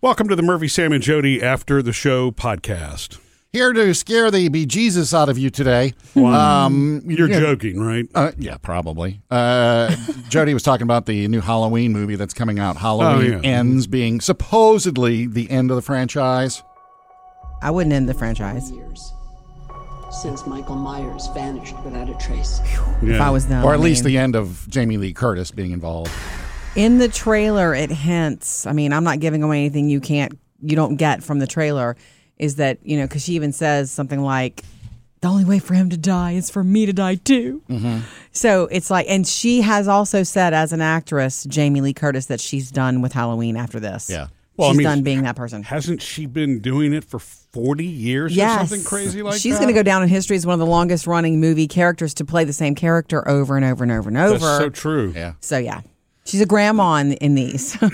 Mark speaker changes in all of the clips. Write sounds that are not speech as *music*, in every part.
Speaker 1: Welcome to the Murphy, Sam, and Jody After the Show podcast.
Speaker 2: Here to scare the bejesus out of you today.
Speaker 1: Um, You're
Speaker 2: yeah.
Speaker 1: joking, right?
Speaker 2: Uh, yeah, probably. Uh, *laughs* Jody was talking about the new Halloween movie that's coming out. Halloween
Speaker 1: Oh, yeah.
Speaker 2: ends being supposedly the end of the franchise.
Speaker 3: I wouldn't end the franchise
Speaker 4: years since Michael Myers vanished without a trace.
Speaker 3: if I was them.
Speaker 2: or at least
Speaker 3: I mean,
Speaker 2: the end of Jamie Lee Curtis being involved.
Speaker 3: in the trailer, it hints. I mean, I'm not giving away anything you can't, you don't get from the trailer. Is that you know? Because she even says something like, "The only way for him to die is for me to die too."
Speaker 1: Mm-hmm.
Speaker 3: So it's like, and she has also said as an actress, Jamie Lee Curtis, that she's done with Halloween after this.
Speaker 2: Yeah.
Speaker 1: Well, I
Speaker 3: she's
Speaker 1: mean,
Speaker 3: done being that person.
Speaker 1: Hasn't she been doing it for 40 years or something crazy like
Speaker 3: She's
Speaker 1: that?
Speaker 3: going to go down in history as one of the longest running movie characters to play the same character over and over and over and over.
Speaker 1: That's so true.
Speaker 2: Yeah.
Speaker 3: So yeah, she's a grandma in, in these. *laughs*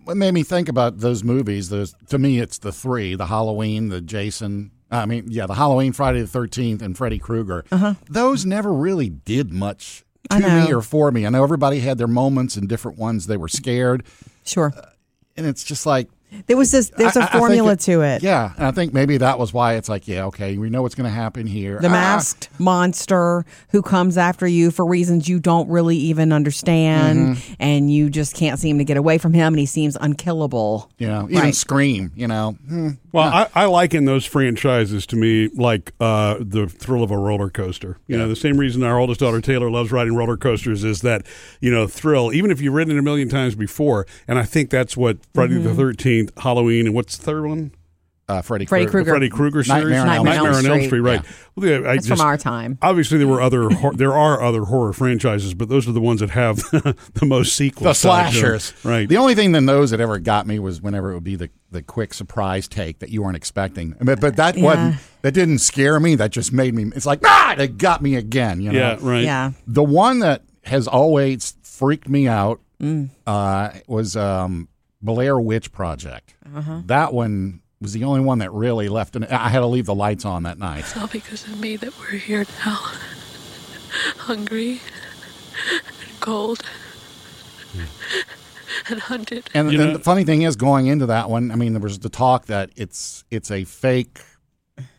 Speaker 2: What made me think about those movies, those, to me, it's the three the Halloween, the Jason. I mean, yeah, the Halloween, Friday the 13th, and Freddy Krueger. Uh-huh. Those never really did much to
Speaker 3: I know.
Speaker 2: me or for me. I know everybody had their moments and different ones they were scared.
Speaker 3: sure,
Speaker 2: And it's just like,
Speaker 3: there was this. There's
Speaker 2: a
Speaker 3: a formula to it.
Speaker 2: Yeah, and I think maybe that was why it's like, yeah, okay, we know what's going to happen here.
Speaker 3: The
Speaker 2: Ah,
Speaker 3: masked monster who comes after you for reasons you don't really even understand,
Speaker 2: Mm-hmm.
Speaker 3: and you just can't seem to get away from him, and he seems unkillable.
Speaker 2: you know, even
Speaker 3: Right.
Speaker 2: scream. You know, Hmm.
Speaker 1: Well, I, I liken those franchises to me like uh, the thrill of a roller coaster. You know, the same reason our oldest daughter Taylor loves riding roller coasters is that, you know, thrill, even if you've ridden it a million times before. And I think that's what Friday
Speaker 3: Mm-hmm.
Speaker 1: the 13th, Halloween, and what's the third one?
Speaker 2: uh, Freddy,
Speaker 3: Freddy
Speaker 1: The
Speaker 2: Krueger.
Speaker 3: Krueger.
Speaker 1: Freddy Krueger series?
Speaker 2: Nightmare on Elm
Speaker 1: Nightmare on
Speaker 3: Street.
Speaker 1: Elm Street, right. Well, yeah, I
Speaker 3: That's
Speaker 1: just-
Speaker 3: from our time.
Speaker 1: Obviously, there were other hor- there are other horror franchises, but those are the ones that have *laughs* the most sequels.
Speaker 2: The
Speaker 1: tied to them.
Speaker 2: slashers,
Speaker 1: right?
Speaker 2: The only thing in those that ever got me was whenever it would be the, the quick surprise take that you weren't expecting. I mean, but that wasn't that didn't scare me. That just made me. It's like ah, it got me again. You know,
Speaker 1: yeah, right.
Speaker 3: Yeah,
Speaker 2: The one that has always freaked me out
Speaker 1: Mm.
Speaker 2: uh, was um, Blair Witch Project.
Speaker 1: Uh-huh.
Speaker 2: That one was the only one that really left, and I had to leave the lights on
Speaker 1: *laughs*
Speaker 2: that night.
Speaker 5: It's all because of me that we're here now. *laughs* Hungry and cold and hunted.
Speaker 2: And,
Speaker 1: You
Speaker 2: and
Speaker 1: know-
Speaker 2: the funny thing is, going into that one, I mean, there was the talk that it's it's a fake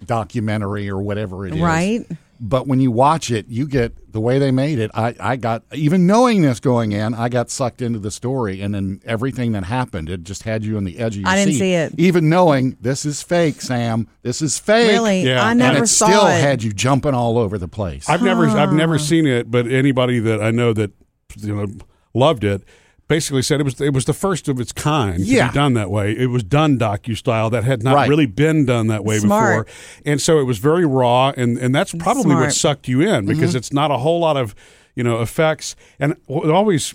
Speaker 2: documentary or whatever it is,
Speaker 3: right.
Speaker 2: But when you watch it, you get the way they made it. I, I got even knowing this going in, I got sucked into the story, and then everything that happened, it just had you on the edge of your
Speaker 3: I didn't
Speaker 2: seat.
Speaker 3: see it.
Speaker 2: Even knowing this is fake, Sam, this is fake.
Speaker 3: Really,
Speaker 1: Yeah.
Speaker 3: I
Speaker 1: And
Speaker 3: never
Speaker 2: and it
Speaker 3: saw
Speaker 2: still
Speaker 3: it.
Speaker 2: had you jumping all over the place.
Speaker 1: I've never I've never seen it, but anybody that I know that you know loved it basically said it was it was the first of its kind to
Speaker 2: Yeah.
Speaker 1: be done that way. It was done docu style that had not
Speaker 2: Right.
Speaker 1: really been done that way
Speaker 3: Smart.
Speaker 1: before, and so it was very raw, and and that's probably what
Speaker 3: Smart. Mm-hmm.
Speaker 1: sucked you in because it's not a whole lot of you know effects, and what always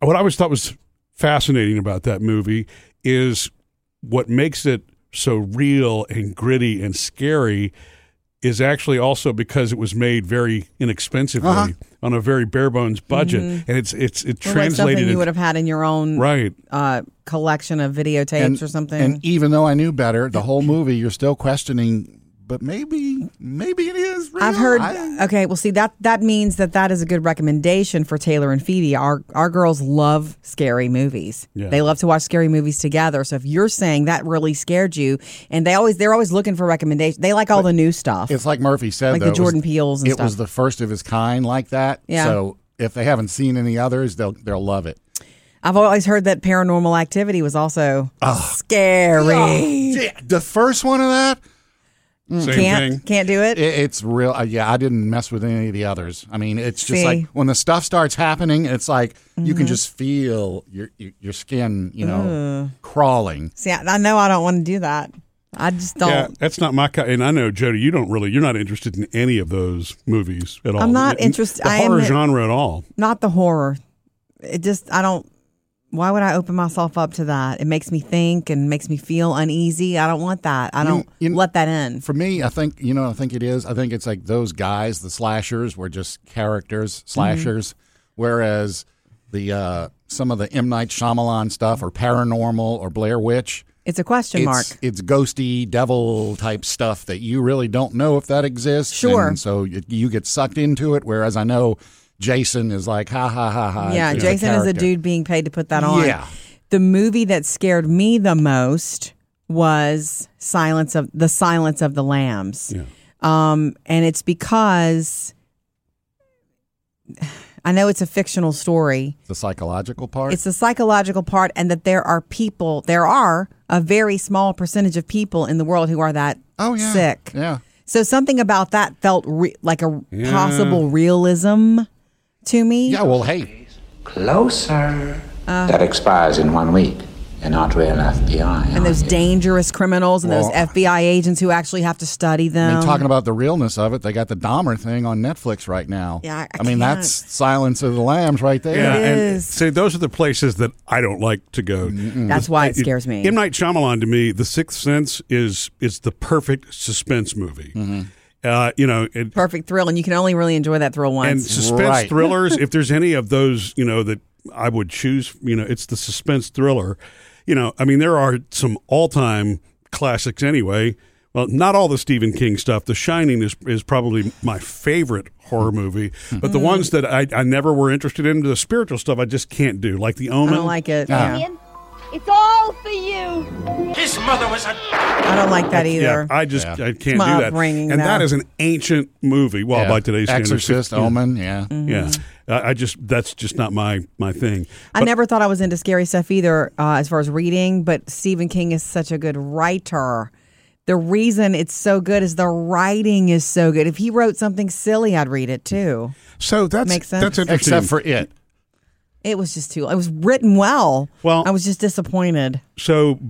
Speaker 1: what I always thought was fascinating about that movie is what makes it so real and gritty and scary is actually also because it was made very inexpensively on a very bare bones budget, and it's it's it
Speaker 3: Mm-hmm. Well, like something
Speaker 1: translated
Speaker 3: you
Speaker 1: in-
Speaker 3: would have had in your
Speaker 1: *laughs*
Speaker 3: own
Speaker 1: right.
Speaker 3: uh, collection of videotapes or something.
Speaker 2: And even though I knew better, the whole movie, you're still questioning. But maybe, maybe it is. Real.
Speaker 3: I've heard.
Speaker 2: I-
Speaker 3: okay, well, see that that means that that is a good recommendation for Taylor and Phoebe. Our our girls love scary movies.
Speaker 1: Yeah.
Speaker 3: They love to watch scary movies together. So if you're saying that really scared you, and they always they're always looking for recommendations. They like all the new stuff.
Speaker 2: It's like Murphy said,
Speaker 3: Like the
Speaker 2: though, it was-
Speaker 3: Jordan Peeles and
Speaker 2: it was
Speaker 3: stuff.
Speaker 2: the first of his kind, like that.
Speaker 3: Yeah.
Speaker 2: So if they haven't seen any others, they'll they'll love it.
Speaker 3: I've always heard that Paranormal Activity was also scary.
Speaker 2: Yeah, the first one of that,
Speaker 1: Same
Speaker 3: Mm, Can't
Speaker 1: thing.
Speaker 3: can't do
Speaker 2: it,
Speaker 3: it.
Speaker 2: it's real. Uh, yeah, I didn't mess with any of the others. I mean, it's just
Speaker 3: See.
Speaker 2: like when the stuff starts happening, it's like you can just feel your your, your skin, you know, crawling.
Speaker 3: See, I, I know I don't want to do that. I just don't.
Speaker 1: Yeah, that's not my kind. And I know Jody, you don't really, you're not interested in any of those movies at all.
Speaker 3: I'm not
Speaker 1: N-
Speaker 3: interested-
Speaker 1: The
Speaker 3: I
Speaker 1: horror
Speaker 3: am-
Speaker 1: genre at all.
Speaker 3: not the horror. It just I don't. Why would I open myself up to that? It makes me think and makes me feel uneasy. I don't want that. I don't
Speaker 2: you-
Speaker 3: let that in.
Speaker 2: For me, I think you know, I think it is. I think it's like those guys, the slashers, were just characters, slashers, whereas the uh, some of the M Night Shyamalan stuff, or paranormal, or Blair Witch.
Speaker 3: It's a question mark.
Speaker 2: It's, it's ghosty devil type stuff that you really don't know if that exists.
Speaker 3: Sure.
Speaker 2: And so you, you get sucked into it, whereas I know Jason is like, ha ha ha ha.
Speaker 3: yeah,
Speaker 2: it's
Speaker 3: Jason is a
Speaker 2: character.
Speaker 3: dude being paid to put that on.
Speaker 2: Yeah.
Speaker 3: the movie that scared me the most was Silence of the Silence of the Lambs.
Speaker 1: Yeah.
Speaker 3: Um, and it's because *sighs* I know it's a fictional story.
Speaker 2: The psychological part.
Speaker 3: It's the psychological part, and that there are people, there are a very small percentage of people in the world who are that
Speaker 2: oh yeah.
Speaker 3: sick.
Speaker 2: Yeah.
Speaker 3: So something about that felt re- like a
Speaker 1: Yeah.
Speaker 3: possible realism to me.
Speaker 2: Yeah. Well, hey,
Speaker 6: Closer. that expires in one week, and Artway and FBI.
Speaker 3: And those
Speaker 6: aren't you?
Speaker 3: dangerous criminals and those
Speaker 2: Well-
Speaker 3: FBI agents who actually have to study them.
Speaker 2: I mean, talking about the realness of it, they got the Dahmer thing on Netflix right now.
Speaker 3: Yeah, I- I
Speaker 2: mean,
Speaker 3: can't.
Speaker 2: that's Silence of the Lambs right there.
Speaker 1: Yeah, and
Speaker 3: is.
Speaker 1: see, those are the places that I don't like to go.
Speaker 3: That's why it scares me.
Speaker 1: M Night Shyamalan to me, The Sixth Sense is is the perfect suspense movie. Uh, you know, it,
Speaker 3: Perfect thrill, and you can only really enjoy that thrill
Speaker 1: and
Speaker 3: once.
Speaker 1: suspense
Speaker 2: Right.
Speaker 1: thrillers. if there's any of those, you know that I would choose, you know, it's the suspense thriller. You know, I mean, there are some all time classics anyway. Well, not all the Stephen King stuff. The Shining is is probably my favorite horror movie, but the
Speaker 3: Mm-hmm.
Speaker 1: ones that I, I never were interested in, the spiritual stuff, I just can't do. Like The
Speaker 3: I
Speaker 1: Omen.
Speaker 3: don't like it.
Speaker 2: Yeah.
Speaker 3: Yeah.
Speaker 7: Ian, it's all for you.
Speaker 8: His mother was a
Speaker 3: I don't like that either.
Speaker 1: Yeah, I just
Speaker 2: Yeah.
Speaker 1: I can't
Speaker 3: my
Speaker 1: do that.
Speaker 3: upbringing,
Speaker 1: and that
Speaker 3: though.
Speaker 1: is an ancient movie. Well,
Speaker 2: Yeah.
Speaker 1: by today's standards,
Speaker 2: Exorcist,
Speaker 1: yeah,
Speaker 2: Omen, yeah.
Speaker 3: Mm-hmm.
Speaker 1: Yeah, I I just that's just not my my thing.
Speaker 3: I never thought I was into scary stuff either, uh, as far as reading. But Stephen King is such a good writer. The reason it's so good is the writing is so good. If he wrote something silly, I'd read it too.
Speaker 1: So that's
Speaker 3: Makes sense.
Speaker 1: that's interesting.
Speaker 2: Except for it.
Speaker 3: It was just too. It was written well.
Speaker 1: Well-
Speaker 3: I was just disappointed.
Speaker 1: so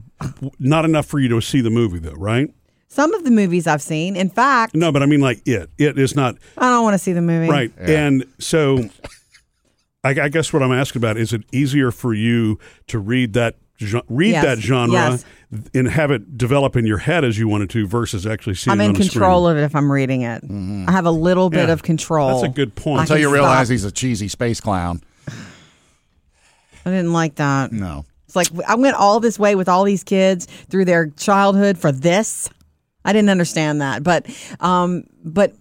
Speaker 1: not enough for you to see the movie though, right?
Speaker 3: Some of the movies I've seen. In fact,
Speaker 1: No, but I mean like it. It is not
Speaker 3: I don't want to see the movie.
Speaker 1: right. And so I, I guess what I'm asking about is it easier for you to read that gen- read
Speaker 3: Yes.
Speaker 1: that genre
Speaker 3: Yes.
Speaker 1: and have it develop in your head as you wanted to versus actually seeing
Speaker 3: I'm
Speaker 1: it
Speaker 3: in
Speaker 1: on a
Speaker 3: control
Speaker 1: screen.
Speaker 3: of it if I'm reading it. I have a little bit
Speaker 1: Yeah.
Speaker 3: of control.
Speaker 1: That's a good point.
Speaker 3: I
Speaker 2: Until
Speaker 3: can
Speaker 2: Mm-hmm. you realize
Speaker 3: stop.
Speaker 2: he's a cheesy space clown.
Speaker 3: I didn't like that.
Speaker 2: No.
Speaker 3: It's like I went all this way with all these kids through their childhood for this. I didn't understand that, but um, but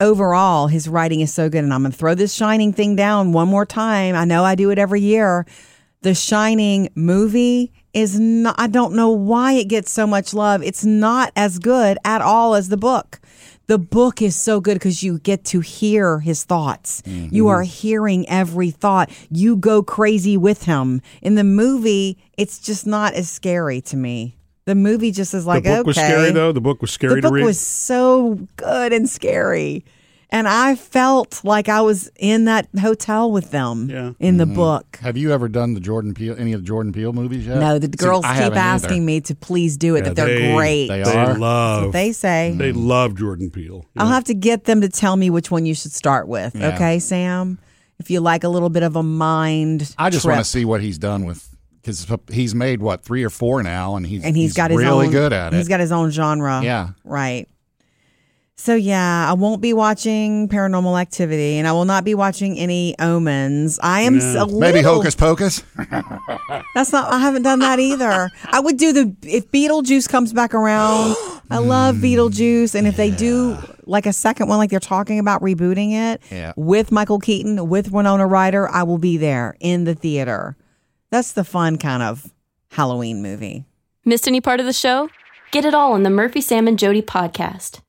Speaker 3: overall, his writing is so good, and I'm gonna throw this Shining thing down one more time. I know I do it every year. The Shining movie is not. I don't know why it gets so much love. It's not as good at all as the book. The book is so good because you get to hear his thoughts.
Speaker 1: Mm-hmm.
Speaker 3: You are hearing every thought. You go crazy with him. In the movie, it's just not as scary to me. The movie just is like
Speaker 1: the book
Speaker 3: okay.
Speaker 1: was scary though. The book was scary
Speaker 3: The book
Speaker 1: to read.
Speaker 3: was so good and scary. And I felt like I was in that hotel with them
Speaker 1: Yeah.
Speaker 3: in
Speaker 2: Mm-hmm.
Speaker 3: the book.
Speaker 2: Have you ever done the Jordan Peele, any of the Jordan Peele movies yet?
Speaker 3: No, the
Speaker 2: See,
Speaker 3: girls
Speaker 2: I
Speaker 3: keep
Speaker 2: haven't either.
Speaker 3: asking me to please do it,
Speaker 1: Yeah,
Speaker 3: that they're
Speaker 1: they-
Speaker 3: great.
Speaker 1: They,
Speaker 2: They Mm. are.
Speaker 1: love.
Speaker 3: They say.
Speaker 1: They love Jordan Peele.
Speaker 3: I'll have to get them to tell me which one you should start with.
Speaker 2: Yeah.
Speaker 3: Okay, Sam? If you like a little bit of a mind.
Speaker 2: I just
Speaker 3: trip.
Speaker 2: want to see what he's done with because he's made what three or four now, and he's
Speaker 3: and he's got his
Speaker 2: really
Speaker 3: own,
Speaker 2: good at it.
Speaker 3: He's got his own genre.
Speaker 2: Yeah.
Speaker 3: Right. So yeah, I won't be watching Paranormal Activity, and I will not be watching any Omens. I am s- a little.
Speaker 2: Maybe Hocus Pocus.
Speaker 3: That's not. I haven't done
Speaker 2: *laughs*
Speaker 3: that either. I would do the if Beetlejuice comes
Speaker 2: *gasps*
Speaker 3: back around. I love Beetlejuice, and if they do like a second one, like they're talking about rebooting it
Speaker 2: Yeah.
Speaker 3: with Michael Keaton with Winona Ryder, I will be there in the theater. That's the fun kind of Halloween movie.
Speaker 9: Missed any part of the show? Get it all on the Murphy, Sam, and Jody podcast.